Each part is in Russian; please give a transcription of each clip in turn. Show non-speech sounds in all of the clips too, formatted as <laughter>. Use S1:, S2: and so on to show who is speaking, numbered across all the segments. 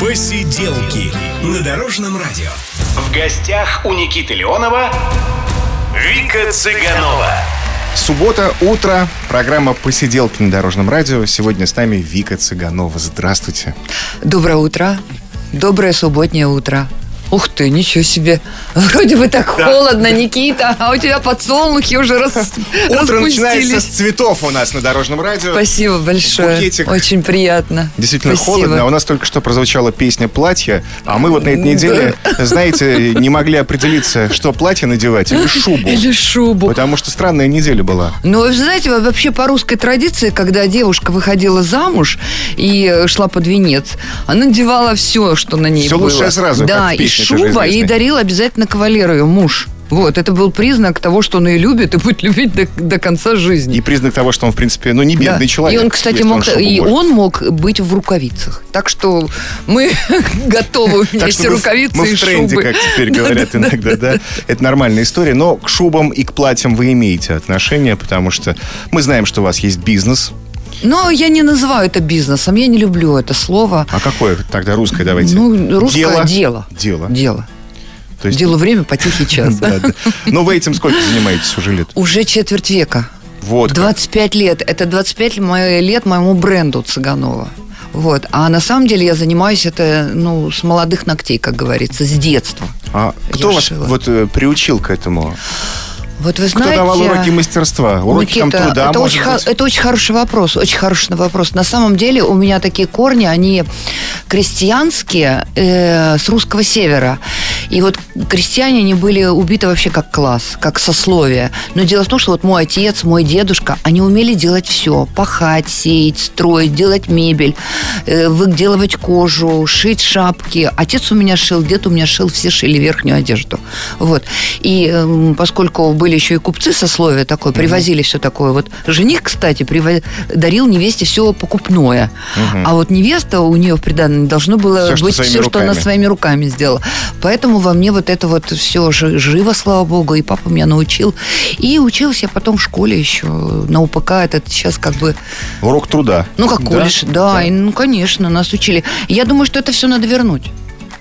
S1: Посиделки на Дорожном радио.
S2: В гостях у Никиты Леонова Вика Цыганова.
S3: Суббота, утро, программа «Посиделки на Дорожном радио». Сегодня с нами Вика Цыганова. Здравствуйте.
S4: Доброе утро. Доброе субботнее утро. Ух ты, ничего себе. Вроде бы так холодно, Никита, а у тебя подсолнухи уже рас...
S3: Утро начинается с
S4: распустились.
S3: цветов у нас на Дорожном радио.
S4: Спасибо большое.
S3: Букетик.
S4: Очень приятно.
S3: Действительно
S4: Спасибо.
S3: холодно. а У нас только что прозвучала песня «Платье», а мы вот на
S4: Ну
S3: этой неделе,
S4: <laughs>
S3: знаете, не могли определиться, что платье надевать или шубу.
S4: Или шубу.
S3: Потому что странная неделя была.
S4: Ну, вы знаете, во- вообще по русской традиции, когда девушка выходила замуж и э, шла под венец, она надевала все, что на ней
S3: Всё
S4: было.
S3: лучшее сразу,
S4: Да,
S3: как в
S4: и
S3: песне тоже
S4: шуба ей
S3: известной.
S4: дарил обязательно кавалеру ее муж. Вот, это был признак того, что он ее любит и будет <laughs> любить до, до конца жизни.
S3: И признак того, что он, в принципе, ну, не бедный
S4: Да.
S3: человек.
S4: И он, кстати,
S3: если
S4: мог,
S3: шубу
S4: и
S3: может.
S4: он мог быть в рукавицах. Так что мы <laughs> готовы
S3: Так
S4: вместе
S3: что мы в-
S4: рукавицы
S3: мы
S4: и
S3: в тренде,
S4: шубы.
S3: как
S4: <laughs>
S3: теперь говорят иногда, да. Это нормальная история, но к шубам и к платьям вы имеете отношение, потому что мы знаем, что у вас есть бизнес.
S4: Но я не называю это бизнесом, я не люблю это слово.
S3: А какое тогда русское давайте?
S4: Ну, русское дело.
S3: Дело.
S4: Дело.
S3: То есть-
S4: Дело время, потихий час.
S3: <laughs> Да, да. Но вы этим сколько занимаетесь уже лет?
S4: Уже четверть века.
S3: Вот. как.
S4: 25 лет. Это 25 мо- лет моему бренду Цыганова. Вот. А на самом деле я занимаюсь это ну, с молодых ногтей, как говорится, с детства.
S3: А
S4: Я
S3: кто вас
S4: шила.
S3: вот э, приучил к этому?
S4: Вот вы
S3: Кто
S4: знаете...
S3: давал уроки мастерства? Уроки там
S4: Никита,
S3: труда,
S4: а Ну, это,
S3: может
S4: очень хо-
S3: быть?
S4: это очень хороший вопрос, очень хороший вопрос. На самом деле у меня такие корни, они крестьянские, э, с русского севера. И вот крестьяне, они были убиты вообще как класс, как сословие. Но дело в том, что вот мой отец, мой дедушка, они умели делать все. Пахать, сеять, строить, делать мебель, э, выделывать кожу, шить шапки. Отец у меня шил, дед у меня шил, все шили верхнюю одежду. Вот. И эм, поскольку были еще и купцы сословия такое, привозили все такое. Вот жених, кстати, приво- дарил невесте все покупное. А вот невеста у нее в приданном должно было
S3: Всё, что
S4: быть
S3: своими
S4: все, что она
S3: руками.
S4: своими руками сделала. Поэтому во мне вот это вот все живо, слава богу, и папа меня научил. И училась я потом в школе еще на УПК. Это сейчас как бы
S3: Урок труда.
S4: ну, как
S3: Да?
S4: колледж, да, и, ну, конечно, нас учили. Я думаю, что это все надо вернуть.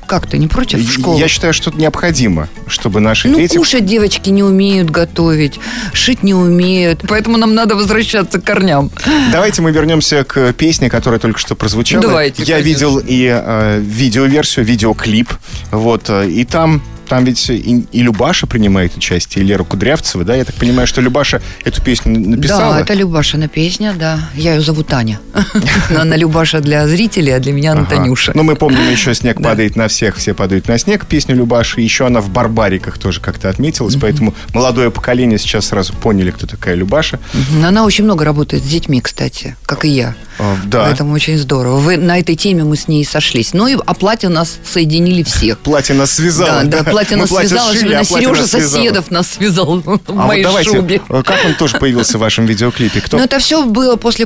S4: Как ты, не против? В школу.
S3: Я считаю, что это необходимо, чтобы наши
S4: ну,
S3: дети
S4: кушать девочки не умеют готовить, шить не умеют, поэтому нам надо возвращаться к корням.
S3: Давайте мы вернемся к песне, которая только что прозвучала.
S4: Ну, Давайте,
S3: Я
S4: конечно.
S3: видел и э, видеоверсию, видеоклип. Вот, э, и там, там ведь и, и Любаша принимает участие, и Лера Кудрявцева, да? Я так понимаю, что Любаша эту песню н- написала.
S4: Да, это Любашина песня, да. Я ее зову Таня. <laughs> Она Любаша для зрителей, а для меня она
S3: Ага.
S4: Танюша.
S3: Ну, мы
S4: <laughs>
S3: помним еще «Снег
S4: Да.
S3: падает на всех, все падают на снег» песню Любаши. Еще она в «Барбариках» тоже как-то отметилась. Поэтому молодое поколение сейчас сразу поняли, кто такая Любаша.
S4: Мгм. Она очень много работает с детьми, кстати, как и я.
S3: А, да.
S4: Поэтому очень здорово. Вы, на этой теме мы с ней сошлись. Ну и о платье нас соединили всех.
S3: Платье нас связало.
S4: Да, да, платье
S3: Мы
S4: нас связало,
S3: сшили,
S4: особенно
S3: а платье
S4: Сережа
S3: нас связало.
S4: Соседов нас связал <laughs> в
S3: А
S4: моей
S3: вот давайте,
S4: шубе.
S3: э, как он тоже появился в вашем видеоклипе? Кто?
S4: Ну, это все было после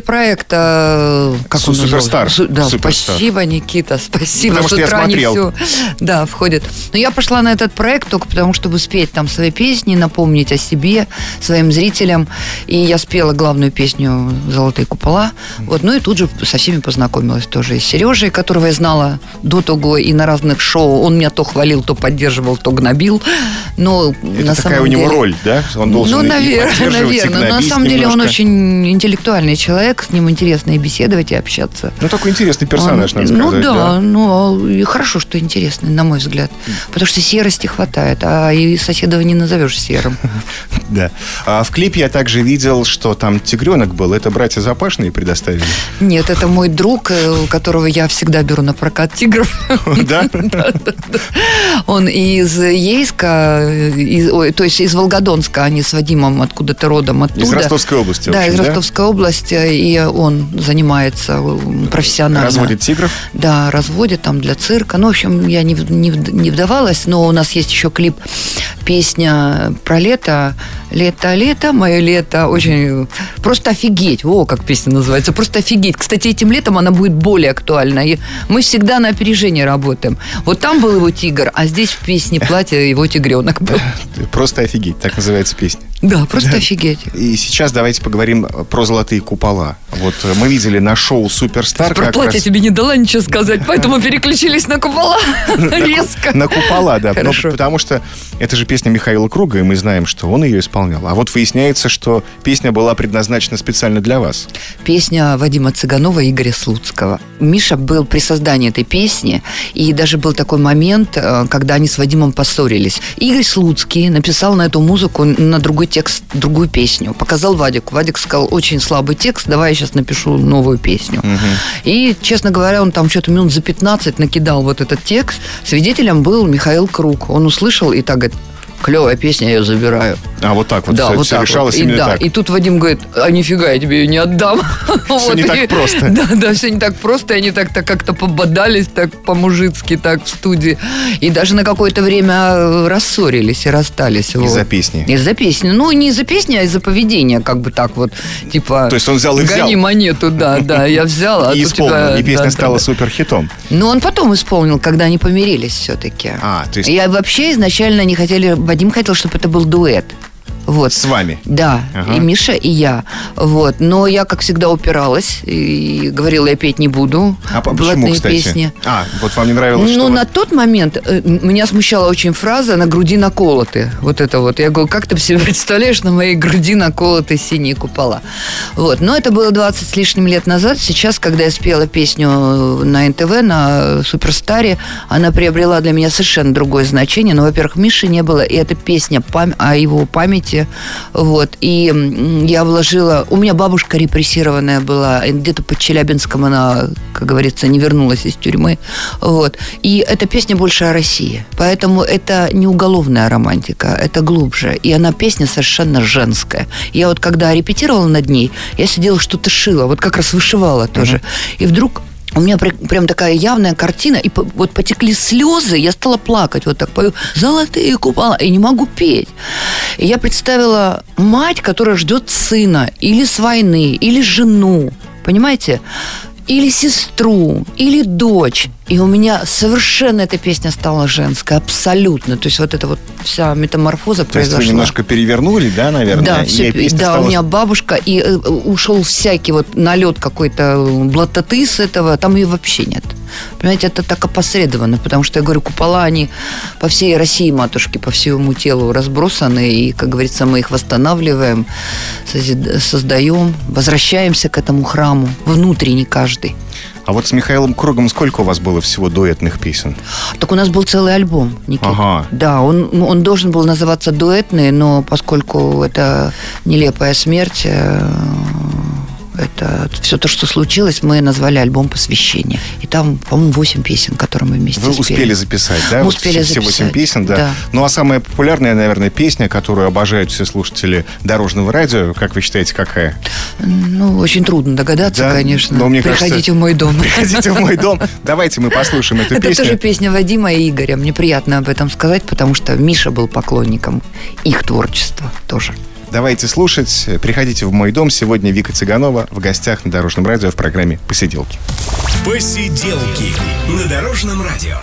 S4: проекта... э, Как
S3: Су-
S4: он назывался?
S3: «Суперстар».
S4: Су- Да,
S3: «Суперстар».
S4: спасибо, Никита, спасибо.
S3: Потому
S4: С
S3: что я
S4: утра не
S3: смотрел.
S4: всё, Да, входит. Но я пошла на этот проект только потому, чтобы спеть там свои песни, напомнить о себе, своим зрителям. И я спела главную песню «Золотые купола». Вот, ну и тут же со всеми познакомилась тоже. И с Сережей, которого я знала до того и на разных шоу. Он меня то хвалил, то поддерживал, то гнобил. Но
S3: Это
S4: на
S3: такая
S4: самом
S3: у него
S4: деле-
S3: роль, да? Он должен
S4: ну,
S3: и
S4: наверное,
S3: поддерживать, и
S4: наверное. Но на
S3: гнобить
S4: самом деле он
S3: немножко.
S4: очень интеллектуальный человек, с ним интересно и беседовать, и общаться.
S3: Ну, такой интересный персонаж,
S4: Он-
S3: надо сказать.
S4: Ну да, ну а и хорошо, что интересный, на мой взгляд. Потому что серости хватает, а и соседа не
S3: <laughs>
S4: назовешь серым.
S3: да. Да. А в клипе я также видел, что там тигренок был. Это братья Запашные предоставили. <laughs>
S4: Нет, это мой друг, э, у которого я всегда беру на прокат тигров. <laughs>
S3: Да?
S4: Он из Ейска, э, из- ой, то есть из Волгодонска, они с Вадимом откуда-то родом оттуда.
S3: Из Ростовской области. в
S4: Да,
S3: общем,
S4: из Ростовской области, и он занимается э, профессионально.
S3: Разводит тигров.
S4: Да, разводят там для цирка. Ну, в общем, я не, в- не, в- не вдавалась, но у нас есть еще клип песня про лето. Лето, лето, мое лето. Очень просто офигеть. О, как песня называется. Просто офигеть. Кстати, этим летом она будет более актуальна. И мы всегда на опережении работаем. Вот там был его тигр, а здесь в песне платье его тигренок был.
S3: Просто офигеть, так называется песня.
S4: Да, просто офигеть.
S3: И сейчас давайте поговорим про золотые купола. Вот э, мы видели на шоу Суперстар
S4: Про
S3: как
S4: платье
S3: раз
S4: тебе не дала ничего сказать, поэтому переключились на купола резко.
S3: на купола, да. Но
S4: Хорошо.
S3: потому что это же песня Михаила Круга, и мы знаем, что он ее исполнял. А вот выясняется, что песня была предназначена специально для вас.
S4: Песня Вадима Цыганова и Игоря Слуцкого. Миша был при создании этой песни, и даже был такой момент, э, когда они с Вадимом поссорились. Игорь Слуцкий написал на эту музыку, на другой текст, другую песню. Показал Вадику. Вадик сказал, очень слабый текст, давай я сейчас напишу новую песню. И, честно говоря, он там что-то минут за 15 накидал вот этот текст. Свидетелем был Михаил Круг. Он услышал и так говорит, клевая песня, я ее забираю
S3: А вот так вот все,
S4: так
S3: решалось
S4: вот. и,
S3: именно
S4: да,
S3: так.
S4: и тут Вадим говорит, а нифига, я тебе ее
S3: <laughs>
S4: не отдам. Все
S3: не так просто.
S4: <laughs> Да, да, все не так просто, и они так-то как-то пободались, так по-мужицки, так в студии. И даже на какое-то время э, рассорились и расстались. вот.
S3: Из-за песни.
S4: Из-за песни. Ну, не из-за песни, а из-за поведения, как бы так вот, типа...
S3: То есть он взял и взял.
S4: Гони монету, да, да, я взял, а
S3: <laughs> и
S4: тут
S3: исполнил,
S4: тебя-
S3: и песня
S4: да,
S3: стала
S4: да,
S3: суперхитом.
S4: но он потом исполнил, когда они помирились все-таки.
S3: А, то есть-
S4: Я вообще изначально не хотели... Вадим хотел, чтобы это был дуэт. Вот.
S3: С вами.
S4: Да,
S3: Ага.
S4: и Миша, и я. Вот. Но я, как всегда, упиралась и говорила, я петь не буду.
S3: А по- почему,
S4: Блатные
S3: кстати?
S4: песни.
S3: А, вот вам не нравилось,
S4: Ну,
S3: что...
S4: на тот момент э, меня смущала очень фраза «на груди наколоты». Вот это вот. Я говорю, как ты себе <laughs> представляешь, на моей груди наколоты синие купола. Вот. Но это было 20 с лишним лет назад. Сейчас, когда я спела песню э, на НТВ, на э, «Суперстаре», она приобрела для меня совершенно другое значение. Ну, во-первых, Миши не было, и эта песня пам- о его памяти. Вот. И м, я вложила... У меня бабушка репрессированная была. и Где-то под Челябинском она, как говорится, не вернулась из тюрьмы. Вот. И эта песня больше о России. Поэтому это не уголовная романтика, это глубже. И она песня совершенно женская. Я вот когда репетировала над ней, я сидела, что-то шила, вот как раз вышивала тоже. И вдруг у меня при- прям такая явная картина, и по- вот потекли слезы, я стала плакать, вот так пою «Золотые купола», и не могу петь. И я представила мать, которая ждет сына, или с войны, или жену, понимаете? Или сестру, или дочь. И у меня совершенно эта песня стала женской, абсолютно. То есть вот эта вот вся метаморфоза
S3: То есть
S4: произошла.
S3: вы немножко перевернули, да, наверное?
S4: Да,
S3: И
S4: всё,
S3: песня
S4: да,
S3: стала-
S4: у меня бабушка, и э, ушел всякий вот налет какой-то э, блатоты с этого, там ее вообще нет. Понимаете, это так опосредованно, потому что, я говорю, купола, они по всей России, матушки, по всему телу разбросаны, и, как говорится, мы их восстанавливаем, созид- создаем, возвращаемся к этому храму, внутренний каждый.
S3: А вот с Михаилом Кругом сколько у вас было всего дуэтных песен?
S4: Так у нас был целый альбом, Никита.
S3: Ага.
S4: Да, он, ну, он должен был называться дуэтный, но поскольку это нелепая смерть, э, это все то, что случилось, мы назвали альбом «Посвящение». И там, по-моему, 8 песен, которые мы вместе
S3: Вы
S4: спели.
S3: успели записать, да?
S4: Мы
S3: вот
S4: успели
S3: все,
S4: записать,
S3: 8 песен, да.
S4: да.
S3: Ну а самая популярная, наверное, песня, которую обожают все слушатели дорожного радио, как вы считаете,
S4: <laughs>
S3: какая?
S4: Ну, очень трудно догадаться,
S3: Да,
S4: конечно.
S3: но мне
S4: Приходите
S3: кажется,
S4: в мой дом.
S3: Приходите в мой дом. Давайте мы послушаем <laughs> эту
S4: <laughs> Это тоже
S3: песню.
S4: песня Вадима и Игоря. Мне приятно об этом сказать, потому что Миша был поклонником их творчества тоже.
S3: Давайте слушать. Приходите в мой дом. Сегодня Вика Цыганова в гостях на дорожном радио в программе Посиделки.
S1: Посиделки на Дорожном радио.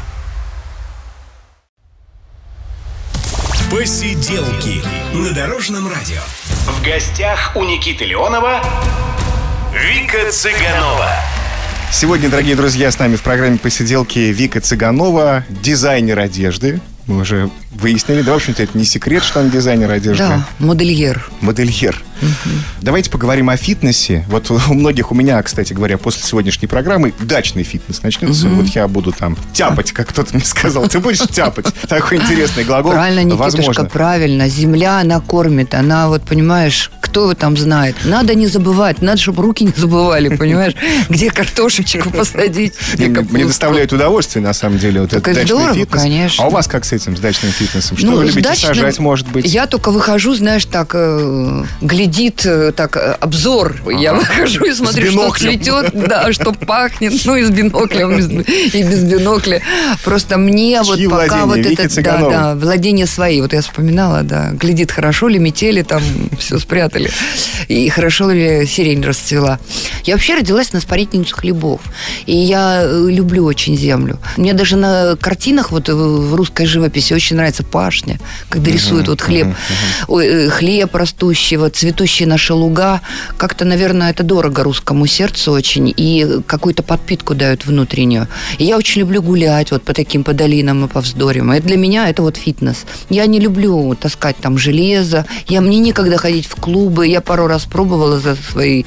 S1: Посиделки на Дорожном радио.
S2: В гостях у Никиты Леонова Вика Цыганова.
S3: Сегодня, дорогие друзья, с нами в программе «Посиделки» Вика Цыганова, дизайнер одежды. Мы уже выяснили, да, в общем-то, это не секрет, что она дизайнер одежды.
S4: Да, модельер.
S3: Модельер. Давайте поговорим о фитнесе. Вот у многих, у меня, кстати говоря, после сегодняшней программы дачный фитнес начнется. Вот я буду там тяпать, как кто-то мне сказал. Ты будешь тяпать? Такой интересный глагол.
S4: Правильно, Никитушка,
S3: Возможно.
S4: правильно. Земля, она кормит. Она вот, понимаешь, кто его там знает. Надо не забывать. Надо, чтобы руки не
S3: <laughs>
S4: забывали, понимаешь? Где картошечку посадить,
S3: Мне,
S4: где
S3: мне
S4: капусту.
S3: доставляет удовольствие, на самом деле, вот
S4: Так
S3: этот
S4: и
S3: дачный
S4: здорово,
S3: фитнес.
S4: конечно.
S3: А у вас как с этим, с дачным фитнесом? Что
S4: Ну,
S3: вы
S4: с
S3: любите
S4: дачным
S3: сажать, может быть?
S4: Я только выхожу, знаешь, так, э, глядит э, так э, обзор. Я выхожу и смотрю, что
S3: биноклем.
S4: цветет, да,
S3: <laughs>
S4: что пахнет. Ну, и с биноклем, и с- и без бинокля. Просто мне вот
S3: Чьи
S4: пока вот
S3: владения? Вики
S4: это... Да,
S3: Цыгановой?
S4: да, владения свои. Вот я вспоминала, да. Глядит, хорошо ли метели там, <laughs> все спрятали. И хорошо ли сирень расцвела. Я вообще родилась на спарительницу хлебов. И я э, люблю очень землю. Мне даже на картинах вот э, в русской живописи очень нравится пашня, когда рисуют вот хлеб, ой, э, хлеб растущий, вот цветущие наши луга. Как-то, наверное, это дорого русскому сердцу очень. И какую-то подпитку дают внутреннюю. И я очень люблю гулять вот по таким по долинам и по вздорям. И для меня это вот фитнес. Я не люблю таскать там железо. Я, мне некогда ходить в клубы. Я пару раз пробовала за свои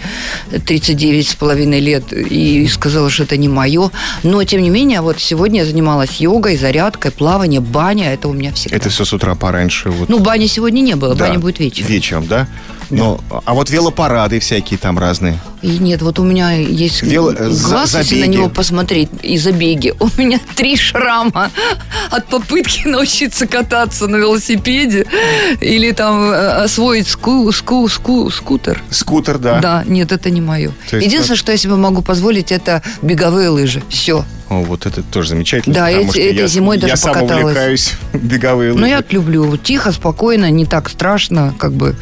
S4: 39 с половиной лет и сказала, что это не мое. Но, тем не менее, вот сегодня я занималась йогой, зарядкой, плаванием, баня. Это у меня всегда.
S3: Это все с утра пораньше. Вот.
S4: Ну, бани сегодня не было,
S3: Да,
S4: баня будет вечером.
S3: Вечером, да? Но, а вот велопарады всякие там разные.
S4: И нет, вот у меня есть
S3: Вело- э, за-
S4: глаз, если на
S3: забеги.
S4: него посмотреть, и забеги. У меня <laughs> три шрама от попытки научиться кататься на велосипеде или там э, освоить ску, ску, ску, скутер.
S3: Скутер, да.
S4: Да. нет, это не мое.
S3: А? То есть
S4: Единственное, что я себе могу позволить, это беговые лыжи. Все.
S3: О, вот это тоже замечательно.
S4: Да,
S3: потому
S4: эти-
S3: что
S4: этой
S3: я,
S4: зимой даже
S3: я сам
S4: покаталась.
S3: увлекаюсь <laughs> беговые
S4: Но
S3: лыжи.
S4: Ну, я вот люблю вот тихо, спокойно, не так страшно, как бы.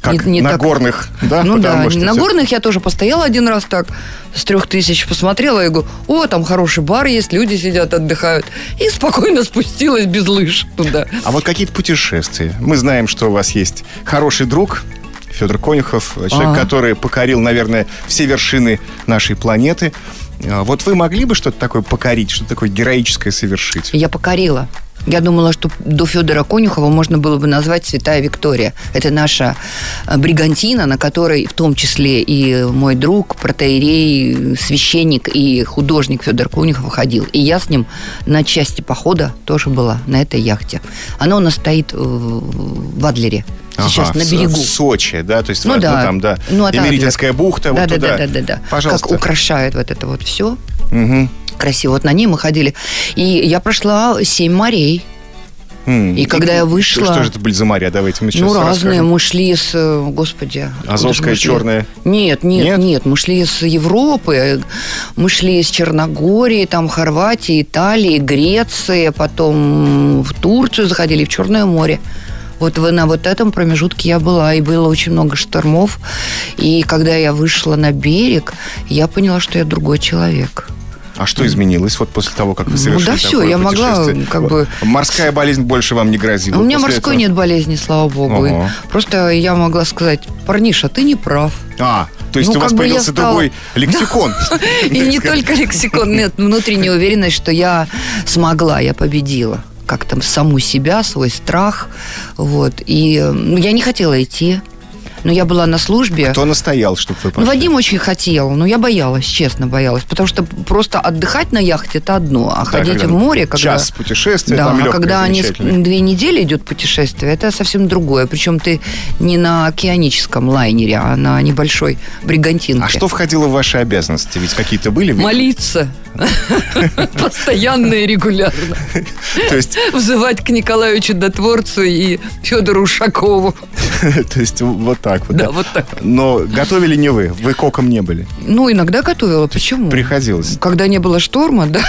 S3: Как
S4: не- не
S3: на
S4: так-
S3: горных, да?
S4: Ну да,
S3: потому что
S4: на
S3: всё-
S4: горных я тоже постояла один раз так, с трех тысяч посмотрела и говорю, о, там хороший бар есть, люди сидят, отдыхают. И спокойно спустилась без лыж туда.
S3: А вот какие-то путешествия. Мы знаем, что у вас есть хороший друг, Федор Конюхов, человек,
S4: Ага.
S3: который покорил, наверное, все вершины нашей планеты. А Вот вы могли бы что-то такое покорить, что-то такое героическое совершить?
S4: Я покорила. Я думала, что до Федора Конюхова можно было бы назвать Святая Виктория. Это наша э, бригантина, на которой в том числе и мой друг, протеерей, священник и художник Федор Конюхов ходил. И я с ним на части похода тоже была на этой яхте. Она у нас стоит э, в Адлере. Сейчас
S3: Ага,
S4: на
S3: в-
S4: берегу.
S3: В Сочи, да? То есть
S4: Ну
S3: в-
S4: да.
S3: там, да.
S4: Ну, от
S3: Эмеретинская бухта,
S4: да,
S3: вот
S4: да,
S3: туда.
S4: да, да, да, да.
S3: Пожалуйста.
S4: Как украшают вот это вот все
S3: Мгм.
S4: красиво. Вот на ней мы ходили. И я прошла семь морей.
S3: М.
S4: И когда я вышла-
S3: Что же это были за моря? Давайте мы сейчас
S4: ну, разные.
S3: расскажем.
S4: Мы шли с... э, Господи. откуда же
S3: Азовская,
S4: мы шли?
S3: черная.
S4: Нет, нет,
S3: Нет?
S4: нет, Мы шли с Европы. э, Мы шли из Черногории, там Хорватии, Италии, Греции. а Потом в Турцию заходили, в Черное море. Вот в- на вот этом промежутке я была, и было очень много штормов. И когда я вышла на берег, я поняла, что я другой человек.
S3: А что изменилось вот после того, как вы
S4: Ну,
S3: совершили
S4: да всё,
S3: такое
S4: я могла,
S3: путешествие?
S4: как бы-
S3: Морская болезнь больше вам не грозила?
S4: А у меня
S3: после
S4: морской
S3: этого?
S4: нет болезни, слава богу. И
S3: Ага.
S4: Просто я могла сказать, парниша, ты не прав.
S3: А, то есть
S4: Ну,
S3: у вас
S4: как бы я
S3: появился
S4: стала- <laughs>
S3: другой лексикон.
S4: И не только лексикон, нет, внутренняя уверенность, что я смогла, я победила как там саму себя, свой страх, вот. И э, ну, я не хотела идти, но я была на службе.
S3: Кто настоял, чтобы вы
S4: Ну,
S3: пошли?
S4: Вадим очень хотел, но я боялась, честно боялась, потому что просто отдыхать на яхте это одно, а
S3: Да,
S4: ходить
S3: когда
S4: в море, когда
S3: Час путешествия,
S4: да,
S3: там
S4: а
S3: легкое,
S4: когда они с-
S3: замечательное.
S4: две недели идет путешествие, это совсем другое. Причем ты не на океаническом лайнере, а на небольшой бригантинке.
S3: А что входило в ваши обязанности? Ведь какие-то были?
S4: Молиться. <laughs> Постоянно и регулярно.
S3: <laughs> То есть, <laughs>
S4: Взывать к Николаю Чудотворцу и Федору Ушакову.
S3: то есть вот так вот.
S4: Да,
S3: да.
S4: вот так.
S3: Но готовили не вы, вы коком не были.
S4: Ну, иногда готовила. Почему?
S3: Приходилось.
S4: Когда не было шторма, да.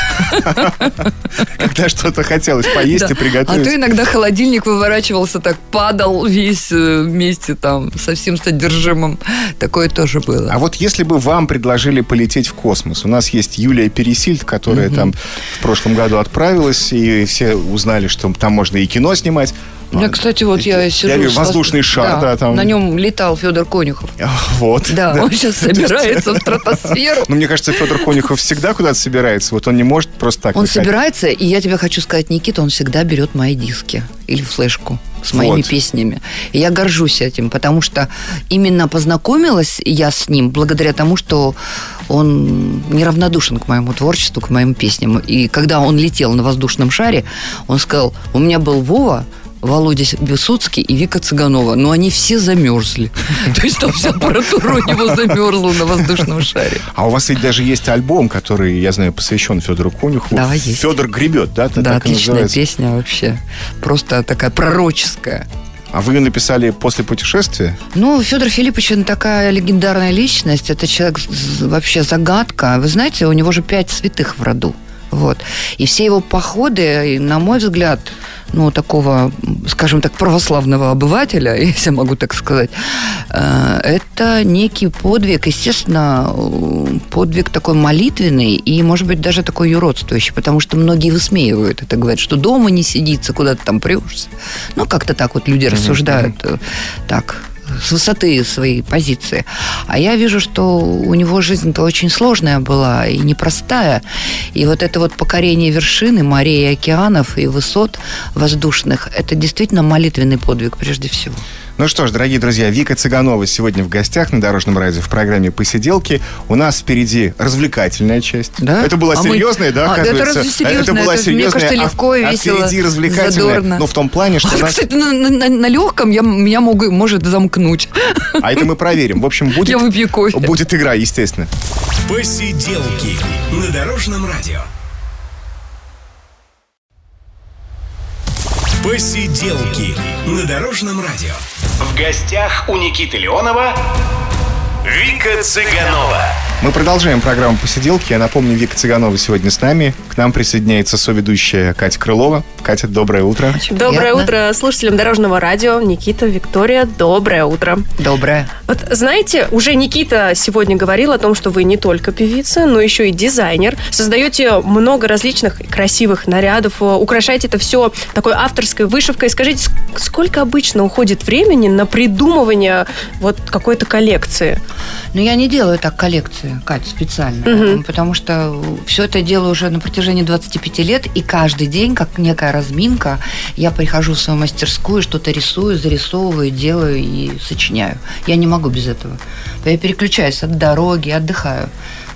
S3: Когда что-то хотелось поесть и
S4: Да. А то
S3: приготовить.
S4: иногда холодильник выворачивался так, падал весь э, вместе там со всем содержимым. Такое тоже было.
S3: А вот если бы вам предложили полететь в космос, у нас есть Юлия Пересильд, которая там в прошлом году отправилась, и все узнали, что там можно и кино снимать.
S4: Я, кстати, вот я сижу...
S3: вижу,
S4: с
S3: воздушный
S4: воз-
S3: шар, да, там.
S4: На нем летал Федор Конюхов.
S3: <laughs> Вот.
S4: Да,
S3: <laughs>
S4: он сейчас собирается в стратосферу.
S3: Ну, мне кажется, Федор Конюхов всегда куда-то собирается. Вот он не может просто так
S4: Он
S3: выходить.
S4: собирается, и я тебе хочу сказать, Никита, он всегда берет мои диски или флешку с моими
S3: Вот.
S4: песнями. И я горжусь этим, потому что именно познакомилась я с ним благодаря тому, что он неравнодушен к моему творчеству, к моим песням. И когда он летел на воздушном шаре, он сказал, у меня был Вова, Володя Бесуцкий и Вика Цыганова. Но они все замерзли. <laughs> То есть там вся аппаратура у него замерзла на воздушном шаре.
S3: А у вас ведь даже есть альбом, который, я знаю, посвящен Федору Конюху.
S4: Да, есть.
S3: Федор гребет, да? это
S4: Да,
S3: так и
S4: отличная
S3: называется?
S4: песня вообще. Просто такая пророческая.
S3: А вы ее написали после путешествия?
S4: Ну, Федор Филиппович, он такая легендарная личность. Это человек з- вообще загадка. Вы знаете, у него же пять святых в роду. Вот. И все его походы, и, на мой взгляд, ну, такого, м, скажем так, православного обывателя, <laughs> если могу так сказать, э, это некий подвиг, естественно, э, подвиг такой молитвенный и, может быть, даже такой юродствующий, потому что многие высмеивают это, говорят, что дома не сидится, куда ты там прешься. Ну, как-то так вот люди рассуждают э, так, с высоты своей позиции. А я вижу, что у него жизнь-то очень сложная была и непростая. И вот это вот покорение вершины, морей и океанов и высот воздушных, это действительно молитвенный подвиг прежде всего.
S3: Ну что ж, дорогие друзья, Вика Цыганова сегодня в гостях на Дорожном радио в программе «Посиделки». У нас впереди развлекательная часть.
S4: Да?
S3: Это была
S4: А мы-
S3: серьезная, да,
S4: А, это
S3: оказывается?
S4: разве серьезная?
S3: была
S4: Это же, мне
S3: серьезная,
S4: кажется,
S3: а-
S4: легко и
S3: а
S4: весело,
S3: впереди развлекательная.
S4: задорно.
S3: Ну, в том плане, что...
S4: <laughs> Вот,
S3: она-
S4: кстати, на, на- на легком я, меня могу, может замкнуть.
S3: А это мы проверим. В общем, будет,
S4: Я выпью кофе.
S3: будет игра, естественно.
S1: Посиделки на Дорожном радио. Посиделки на Дорожном радио.
S2: В гостях у Никиты Леонова Вика Цыганова.
S3: Мы продолжаем программу «Посиделки». Я напомню, Вика Цыганова сегодня с нами. К нам присоединяется соведущая Катя Крылова. Катя, доброе утро.
S5: Доброе
S4: Приятно.
S5: утро слушателям Дорожного радио. Никита, Виктория, доброе утро.
S4: Доброе.
S5: Вот знаете, уже Никита сегодня говорил о том, что вы не только певица, но еще и дизайнер. Создаете много различных красивых нарядов, э, украшаете это все такой авторской вышивкой. Скажите, ск- сколько обычно уходит времени на придумывание вот какой-то коллекции?
S4: Но Ну, я не делаю так коллекции, Кать, специально,
S5: Мгм.
S4: потому что все это делаю уже на протяжении 25 лет, и каждый день, как некая разминка, я прихожу в свою мастерскую, что-то рисую, зарисовываю, делаю и сочиняю. Я не могу без этого. Я переключаюсь от дороги, отдыхаю.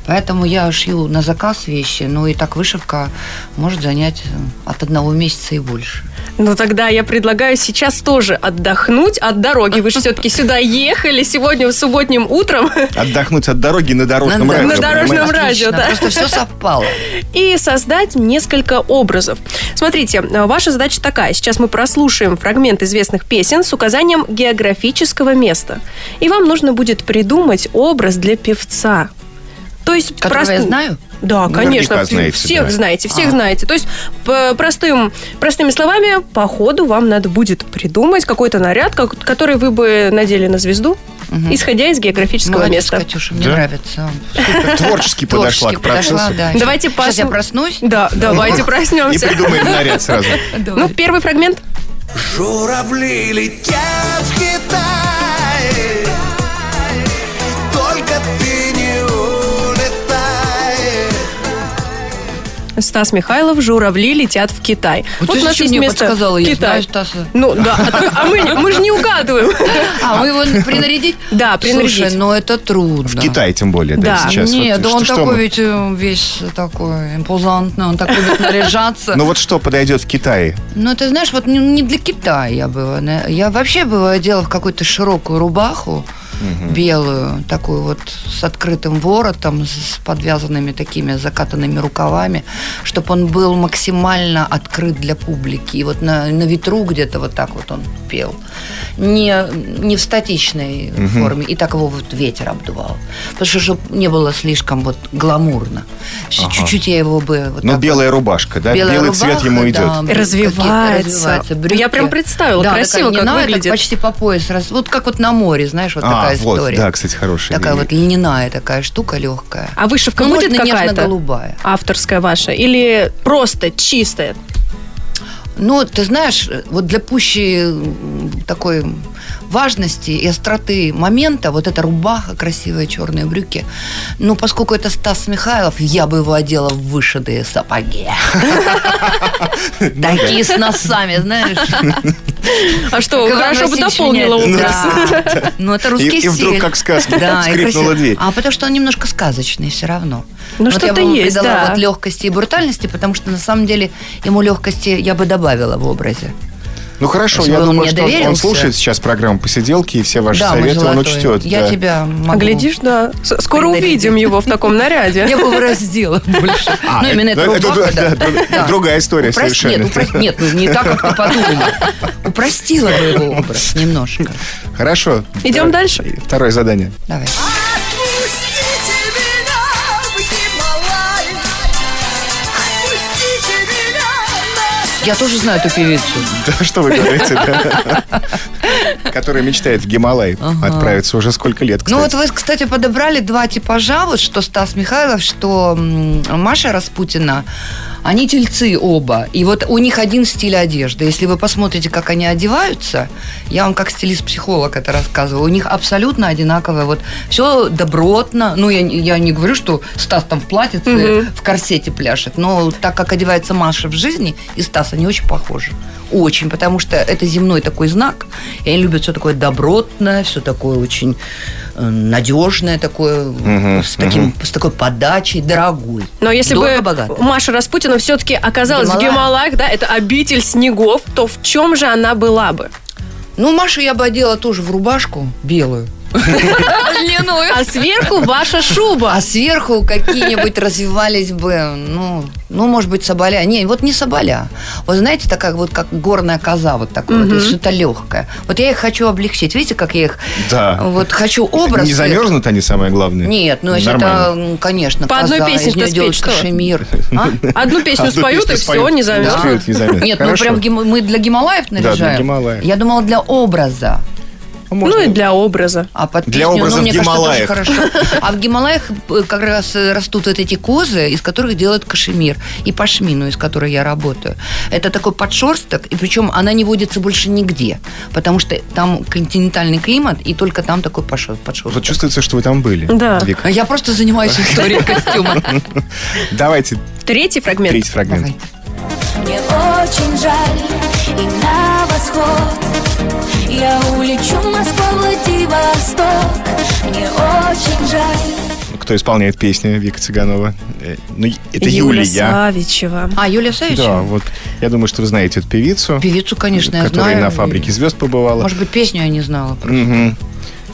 S4: Поэтому я шью на заказ вещи, ну и так вышивка может занять э, от одного месяца и больше.
S5: Ну тогда я предлагаю сейчас тоже отдохнуть от дороги. Вы же все-таки сюда ехали сегодня субботним утром.
S3: Отдохнуть от дороги на дорожном
S4: На
S3: радио.
S5: дорожном
S3: понимаете?
S5: радио.
S4: Отлично,
S5: да.
S4: Просто все совпало.
S5: и создать несколько образов. Смотрите, э, ваша задача такая. Сейчас мы прослушаем фрагмент известных песен с указанием географического места. И вам нужно будет придумать образ для певца. То есть
S4: Которого я знаю?
S5: Да,
S3: Наверняка
S5: конечно.
S3: знаете,
S5: всех
S3: да.
S5: знаете, всех
S4: А.
S5: знаете. То есть п- простым, простыми словами, по ходу вам надо будет придумать какой-то наряд, как- который вы бы надели на звезду,
S4: Мгм.
S5: исходя из географического
S4: Молодец,
S5: места.
S4: Катюша, мне
S3: Да?
S4: нравится. <laughs>
S3: Творчески подошла к процессу.
S4: да.
S5: Давайте
S4: Сейчас
S5: пос-
S4: я проснусь.
S5: Да, давайте
S3: <laughs> И
S5: проснемся.
S3: придумаем наряд сразу.
S5: Ну, первый фрагмент.
S6: Журавли летят в Китай Только ты не улетай
S5: Стас Михайлов, журавли летят в Китай.
S4: Вот ты зачем
S5: есть
S4: мне
S5: место
S4: подсказала? Я знаю
S5: Китай.
S4: Стаса.
S5: Ну да, а, так- а мы, не-
S4: <laughs>
S5: мы же не угадываем.
S4: А, вы его
S5: <laughs>
S4: принарядить?
S5: Да, принарядить.
S4: Слушай, ну это трудно.
S3: В Китае, тем более, да,
S5: Да.
S3: сейчас.
S4: Нет,
S3: Вот
S4: да
S3: что-
S4: он
S3: что
S4: такой
S3: мы-
S4: ведь э, весь такой импозантный, он так любит наряжаться.
S3: Ну вот что подойдет в Китае?
S4: Ну, ты знаешь, вот не- не для Китая я бы. на- Я вообще бы одела в какую-то широкую рубаху белую, такую вот с открытым воротом, с с подвязанными такими закатанными рукавами, чтобы он был максимально открыт для публики. И вот на, на ветру где-то вот так вот он пел. Не, не в статичной форме. И так его вот ветер обдувал. Потому что чтобы не было слишком вот гламурно. Всё- Чуть-чуть я его бы... Вот
S3: Ну,
S4: так вот-
S3: белая рубашка, да?
S4: Белая
S3: Белый
S4: рубаха,
S3: цвет ему
S4: да,
S3: идет.
S4: брюки какие-то
S5: Развивается.
S4: развиваются,
S5: Я прям представила,
S4: да,
S5: красиво,
S4: такая
S5: как
S4: льняная, так
S5: выглядит.
S4: почти по пояс. раз- Вот как вот на море, знаешь, вот
S3: А,
S4: такая
S3: вот,
S4: история.
S3: да, кстати, хорошая
S4: Такая
S3: идея.
S4: вот льняная такая штука легкая.
S5: А вышивка
S4: Ну,
S5: будет
S4: можно
S5: какая-то?
S4: нежно-голубая.
S5: Авторская ваша? Или просто чистая?
S4: Ну, ты знаешь, вот для пущей м, такой важности и остроты момента, вот эта рубаха, красивые черные брюки, ну, поскольку это Стас Михайлов, я бы его одела в вышитые
S3: <laughs>
S4: сапоги.
S3: Ну,
S4: Такие с носами, знаешь.
S5: А что,
S4: Говорю,
S5: хорошо бы
S4: Васильевич
S5: дополнила
S4: меняет.
S5: образ.
S4: Да. Ну, это русский
S3: И- и вдруг
S4: стиль.
S3: как в сказке,
S4: Да, и
S3: скрипнула
S4: красиво.
S3: дверь.
S4: А потому что он немножко сказочный все равно.
S5: Ну,
S4: Вот я
S5: что-то
S4: бы ему
S5: есть,
S4: придала
S5: да.
S4: вот легкости и брутальности, потому что на самом деле ему легкости я бы добавила в образе.
S3: Ну хорошо,
S4: Если
S3: я
S4: бы он
S3: думаю,
S4: мне
S3: что он- он
S4: доверился.
S3: слушает сейчас программу «Посиделки», и все ваши
S4: Да, мой
S3: советы он
S4: золотой.
S3: учтет.
S4: Я
S3: да.
S4: тебя могу...
S5: А глядишь, да. с- Скоро
S4: Благодарю.
S5: увидим его в таком наряде.
S4: Я бы его раздела больше.
S3: А,
S4: Ну, именно
S3: это-
S4: эта
S3: это
S4: рубаха,
S3: ду- <laughs> да, ду-
S4: Да.
S3: другая история
S4: Упрост-
S3: совершенно.
S4: Нет, упрост- нет, ну, не так, как ты подумала. Упростила бы его образ немножко.
S3: Хорошо.
S5: Идем
S3: Да.
S5: дальше.
S3: Второе задание. <laughs>
S4: Давай.
S7: Отпустите меня в Гималай, отпустите меня на
S4: Я тоже знаю эту певицу.
S3: Да, что вы говорите, да? <laughs> Которая мечтает в Гималай отправиться уже сколько лет,
S4: Ну вот
S3: кстати.
S4: вы, кстати, подобрали два типажа, вот что Стас Михайлов, что м, Маша Распутина. Они тельцы оба. И вот у них один стиль одежды. Если вы посмотрите, как они одеваются, я вам как стилист-психолог это рассказывала, у них абсолютно одинаковое. Вот все добротно. Ну, я, не- я не говорю, что Стас там в платьице, в корсете пляшет. Но так как одевается Маша в жизни и Стас, они очень похожи. Очень, потому что это земной такой знак. И они любят все такое добротное, все такое очень э, надежное, такое, с, таким, с такой подачей, дорогой.
S5: Но если бы
S4: Дорого-богато.
S5: Маша Распутина все-таки оказалась в
S4: Гималаях.
S5: Гималаях, да, это обитель снегов, то в чем же она была бы?
S4: Ну, Машу я бы одела тоже в рубашку белую. Льняную.
S5: А сверху ваша шуба.
S4: <laughs> А сверху какие-нибудь развивались бы, ну, ну, может быть, соболя. Не, вот не соболя. Вот знаете, такая вот как горная коза, вот такое, вот, что-то легкое. Вот я их хочу облегчить. Видите, как я их...
S3: Да.
S4: Вот хочу образ...
S3: Не замерзнут они, самое главное?
S4: Нет, ну если это,
S3: Нормально.
S4: м, конечно,
S5: По одной
S4: коза, из
S5: песню-то
S4: нее
S5: спеть,
S4: делают
S5: что?
S4: кашемир.
S3: <laughs>
S4: А?
S5: Одну песню
S3: Одну
S5: споют, и
S3: песню
S5: все,
S3: споют.
S5: не замерз.
S3: Да. Успеют, не замерз.
S4: Нет,
S3: Хорошо.
S4: ну прям гим- мы для Гималаев
S3: для
S4: наряжаем.
S3: Гималаев.
S4: Я думала, для образа.
S5: Ну и для образа.
S4: А под
S3: Для
S4: песню,
S3: образов
S4: ну, мне
S3: Гималаев.
S4: кажется, тоже хорошо. А в Гималаях э, как раз э, растут вот эти козы, из которых делают кашемир и пашмину, из которой я работаю. Это такой подшерсток, и причем она не водится больше нигде, потому что там континентальный климат, и только там такой пошер-
S3: Вот
S4: подшерсток.
S3: чувствуется, что вы там были.
S5: Да.
S3: Вик.
S4: А Я просто занимаюсь историей костюма.
S3: Давайте
S5: Третий фрагмент.
S3: третий фрагмент.
S4: Давай.
S7: Мне очень жаль, и на восход Я улечу в Москву, Владивосток Мне очень жаль
S3: Кто исполняет песню Вика Цыганова? Э, Ну, это
S5: Юля
S3: Юлия.
S5: Савичева.
S4: А, Юлия Савичева?
S3: Да, вот. Я думаю, что вы знаете эту певицу,
S4: Певицу, конечно, я
S3: которая
S4: знаю.
S3: на фабрике звезд побывала.
S4: Может быть, песню я не знала.
S3: Мгм.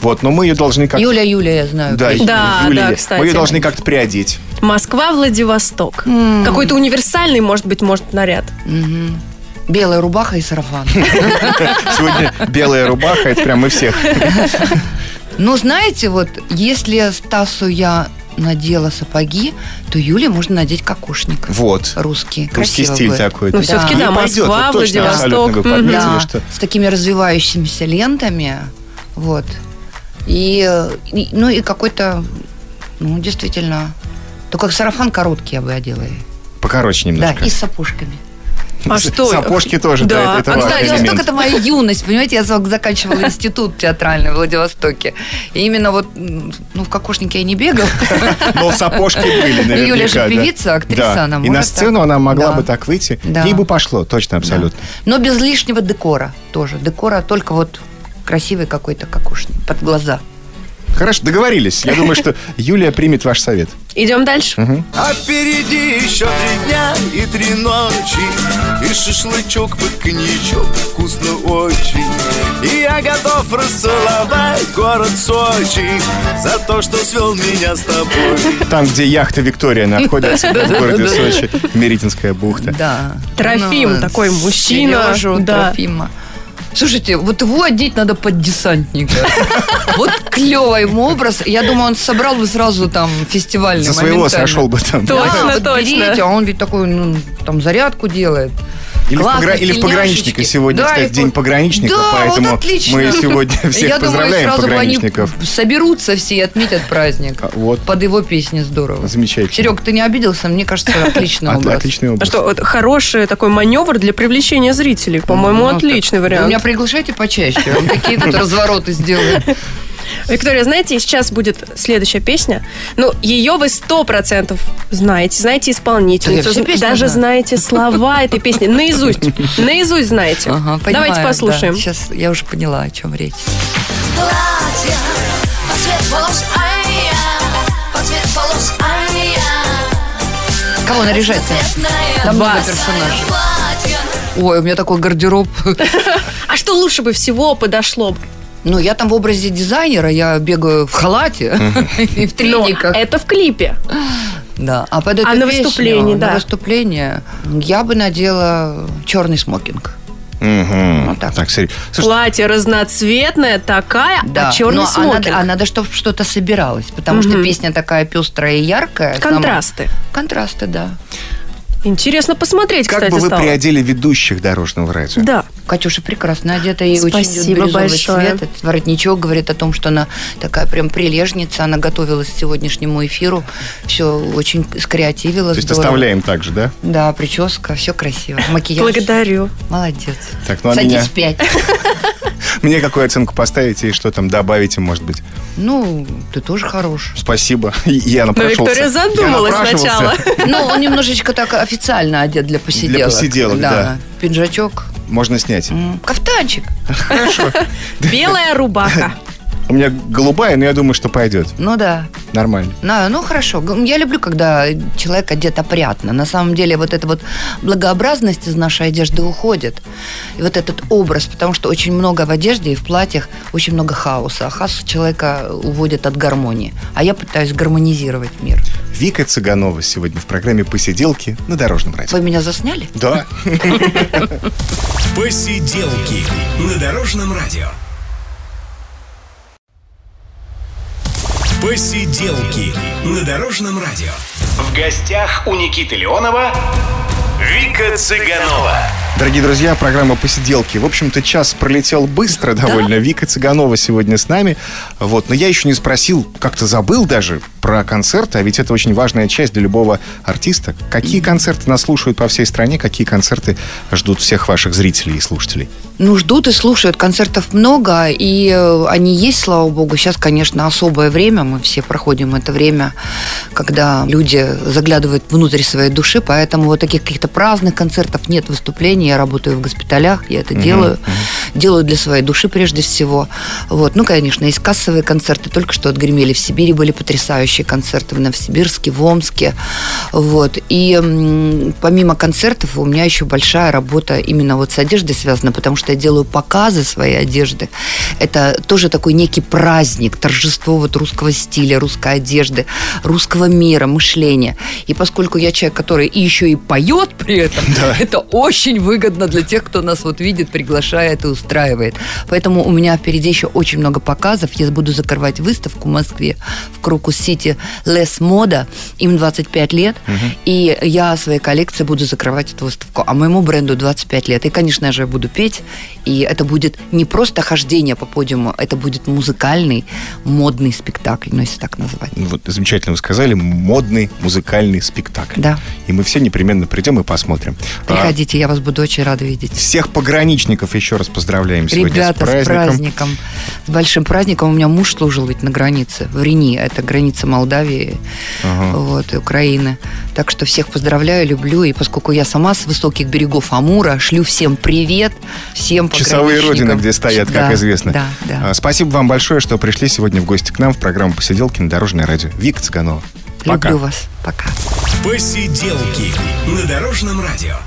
S3: Вот, но мы ее должны как-то...
S4: Юля, Юля, я знаю.
S3: Да,
S4: песню.
S5: Да,
S3: Юлия.
S5: да, кстати.
S3: Мы ее должны как-то приодеть.
S5: Москва, Владивосток. Какой-то универсальный, может быть, может, наряд.
S4: Белая рубаха
S3: <laughs>
S4: и сарафан.
S3: Сегодня белая рубаха, это прям мы всех.
S4: Но знаете, вот если Стасу я надела сапоги, то Юле можно надеть кокошник.
S3: Вот.
S4: Русский.
S3: Русский
S4: Красиво
S3: стиль
S4: будет.
S3: такой.
S5: Ну,
S3: Да.
S5: все-таки, да,
S3: Не пойдет, вот
S5: Москва,
S3: точно, абсолютно
S5: Владивосток.
S3: вы
S5: Мгм.
S3: подметили,
S4: Да,
S3: что...
S4: с такими развивающимися лентами. Вот. И, э, и- ну и какой-то, ну, действительно, то как сарафан короткий я бы одела. ей.
S3: Ну, Покороче
S4: Да,
S3: немножко.
S4: и с сапожками.
S5: А
S3: С-
S5: что?
S3: Сапожки тоже, да,
S5: Да.
S3: это
S4: А,
S3: важный
S4: кстати,
S3: элемент.
S4: настолько это моя юность, понимаете, я зак- заканчивала <laughs> институт театральный в Владивостоке. И именно вот, м, ну, в кокошнике я
S3: <laughs>
S4: не бегала.
S3: Но сапожки были наверняка.
S4: Ну, Юля же
S3: да.
S4: певица, актриса,
S3: Да.
S4: она
S3: И на
S4: может
S3: сцену
S4: так.
S3: она могла
S4: Да.
S3: бы так выйти.
S4: Да.
S3: Ей бы пошло, точно, абсолютно.
S4: Но без лишнего декора тоже. Декора только вот красивый какой-то кокошник под глаза.
S3: Хорошо, договорились. Я думаю, что Юлия примет ваш совет.
S5: Идем дальше.
S6: А впереди еще три дня и три ночи И шашлычок под коньячок вкусно очень И я готов расцеловать город Сочи За то, что свел меня с тобой
S3: Там, где яхта «Виктория» находится, в городе Сочи, Меритинская бухта.
S4: Да.
S5: Трофим
S4: Ну,
S5: такой мужчина.
S4: Сережу
S5: Да.
S4: Трофима. Слушайте, вот его одеть надо под десантника. Вот клевый ему образ. Я думаю, он собрал бы сразу там фестивальный
S3: За своего
S4: моментально.
S3: сошел бы там.
S5: То-
S4: Да,
S5: Точно,
S4: вот
S5: точно.
S4: берите, а он ведь такой, ну, там, зарядку делает.
S3: Или, в,
S4: Классно,
S3: погра- или в пограничника
S4: тельняшечки.
S3: сегодня,
S4: Да,
S3: кстати,
S4: и в-
S3: день пограничника,
S4: Да, вот
S3: поэтому
S4: отлично.
S3: мы сегодня всех
S4: Я думаю,
S3: поздравляем
S4: сразу бы они
S3: пограничников.
S4: соберутся все и отметят праздник.
S3: А, Вот,
S4: Под его песни здорово.
S3: замечательно.
S4: Серег, ты не обиделся?
S3: <laughs>
S4: Мне кажется, отличный
S3: От-
S4: образ.
S3: Отличный
S5: А
S3: образ.
S5: что, вот хороший такой маневр для привлечения зрителей. По-моему,
S4: Ну, так,
S5: отличный
S4: Вы меня
S5: вариант.
S4: приглашайте почаще. Я вам такие тут развороты сделаю.
S5: Виктория, знаете, сейчас будет следующая песня. Ну, ее вы сто процентов знаете. Знаете
S4: Да
S5: исполнительницу.
S4: я все песни
S5: даже
S4: знаю.
S5: знаете слова этой
S4: <laughs>
S5: песни. Наизусть. Наизусть
S4: <laughs>
S5: знаете.
S4: Ага, понимаю,
S5: Давайте
S4: да.
S5: послушаем.
S4: Сейчас я уже поняла, о чем речь.
S7: Платья под цвет волос, ай-я Под цвет волос, ай-я
S4: Кого наряжать-то?
S7: Разноцветное
S4: Там много
S5: Вас.
S4: персонажей.
S7: платье
S4: Ой, у меня такой гардероб.
S5: А что лучше бы всего подошло бы?
S4: Ну, я там в образе дизайнера, я бегаю в халате <laughs> и в
S5: Но
S4: трениках.
S5: это в клипе.
S4: Да. А под эту
S5: А на
S4: песню,
S5: выступлении, да.
S4: На выступление я бы надела черный смокинг.
S3: Мгм.
S4: Вот так.
S3: Так, смотри. Слушай,
S5: Платье разноцветное, такая,
S4: Да,
S5: а черный
S4: но а
S5: смокинг.
S4: надо, а надо, чтобы что-то собиралось, потому что песня такая пестрая и яркая. сама.
S5: Контрасты.
S4: Контрасты, да.
S5: Интересно посмотреть,
S3: как
S5: кстати,
S3: бы вы
S5: стало.
S3: приодели ведущих дорожного радио?
S5: Да.
S4: Катюша прекрасно одета и очень
S5: Спасибо
S4: идет бирюзовый
S5: большое.
S4: цвет. Этот воротничок говорит о том, что она такая прям прилежница, она готовилась к сегодняшнему эфиру, все очень скреативила.
S3: То есть
S4: здорово.
S3: оставляем так же, да?
S4: Да, прическа, все красиво. Макияж.
S5: Благодарю.
S4: Молодец.
S3: Так, ну а
S4: Садись
S3: меня-
S4: в пять.
S3: Мне какую оценку поставите и что там добавите, может быть?
S4: Ну, ты тоже хорош.
S3: Спасибо. <laughs> И- Я напрашивался.
S5: Виктория
S3: Я
S5: задумалась
S3: напрашивался.
S5: сначала.
S3: <laughs>
S4: Ну, он немножечко так официально одет для посиделок.
S3: посиделок, да.
S4: Пиджачок.
S3: Можно снять.
S4: м, Кафтанчик.
S5: Белая рубаха.
S3: У меня голубая, но я думаю, что пойдет.
S4: Ну да.
S3: Нормально.
S4: На, ну хорошо. Г- Я люблю, когда человек одет опрятно. На самом деле вот эта вот благообразность из нашей одежды уходит. И вот этот образ, потому что очень много в одежде и в платьях, очень много хаоса. А хаос человека уводит от гармонии. А я пытаюсь гармонизировать мир.
S3: Вика Цыганова сегодня в программе «Посиделки» на Дорожном радио.
S4: Вы меня засняли?
S3: Да.
S1: Посиделки на Дорожном радио. Посиделки на Дорожном радио.
S2: В гостях у Никиты Леонова Вика Цыганова.
S3: Дорогие друзья, программа «Посиделки». В общем-то, час пролетел быстро довольно. Вика Цыганова сегодня с нами. Вот. Но я еще не спросил, как-то забыл даже про концерты, а ведь это очень важная часть для любого артиста. Какие концерты нас слушают по всей стране, какие концерты ждут всех ваших зрителей и слушателей?
S4: Ну, ждут и слушают. Концертов много, и э, они есть, слава богу. Сейчас, конечно, особое время. Мы все проходим это время, когда люди заглядывают внутрь своей души, поэтому вот таких каких-то праздных концертов нет выступлений. Я работаю в госпиталях, я это делаю. Делаю для своей души прежде всего. Вот. Ну, конечно, есть кассовые концерты. Только что отгремели в Сибири, были потрясающие концерты в Новосибирске, в Омске. Вот. И м, помимо концертов у меня еще большая работа именно вот с одеждой связана, потому что я делаю показы своей одежды. Это тоже такой некий праздник, торжество вот русского стиля, русской одежды, русского мира, мышления. И поскольку я человек, который и еще и поет при этом, это очень выгодно для тех, кто нас вот видит, приглашает и устраивает. Поэтому у меня впереди еще очень много показов. Я буду закрывать выставку в Москве в Крокус Сити Лес Мода. Им 25 лет. И я своей коллекцией буду закрывать эту выставку. А моему бренду 25 лет. И, конечно же, я буду петь. И это будет не просто хождение по подиуму, это будет музыкальный, модный спектакль, ну, если так назвать.
S3: Ну, Вот замечательно вы сказали, модный музыкальный спектакль.
S4: Да.
S3: И мы все непременно придем и посмотрим. А,
S4: Приходите, я вас буду очень рада видеть.
S3: всех пограничников еще раз поздравляем сегодня
S4: Ребята,
S3: с праздником.
S4: С большим праздником. У меня муж служил ведь на границе, в Рени. Это граница Молдавии вот, и Украины. Так что всех поздравляю, люблю. И поскольку я сама с высоких берегов Амура, шлю всем привет, всем
S3: Часовые
S4: пограничникам.
S3: родины, где стоят, как
S4: Да,
S3: известно.
S4: Да, да.
S3: А, Спасибо вам большое, что пришли сегодня в гости к нам в программу «Посиделки» на Дорожное радио. Вика Цыганова. А, Пока.
S4: Люблю вас. Пока.
S1: Посиделки на Дорожном радио.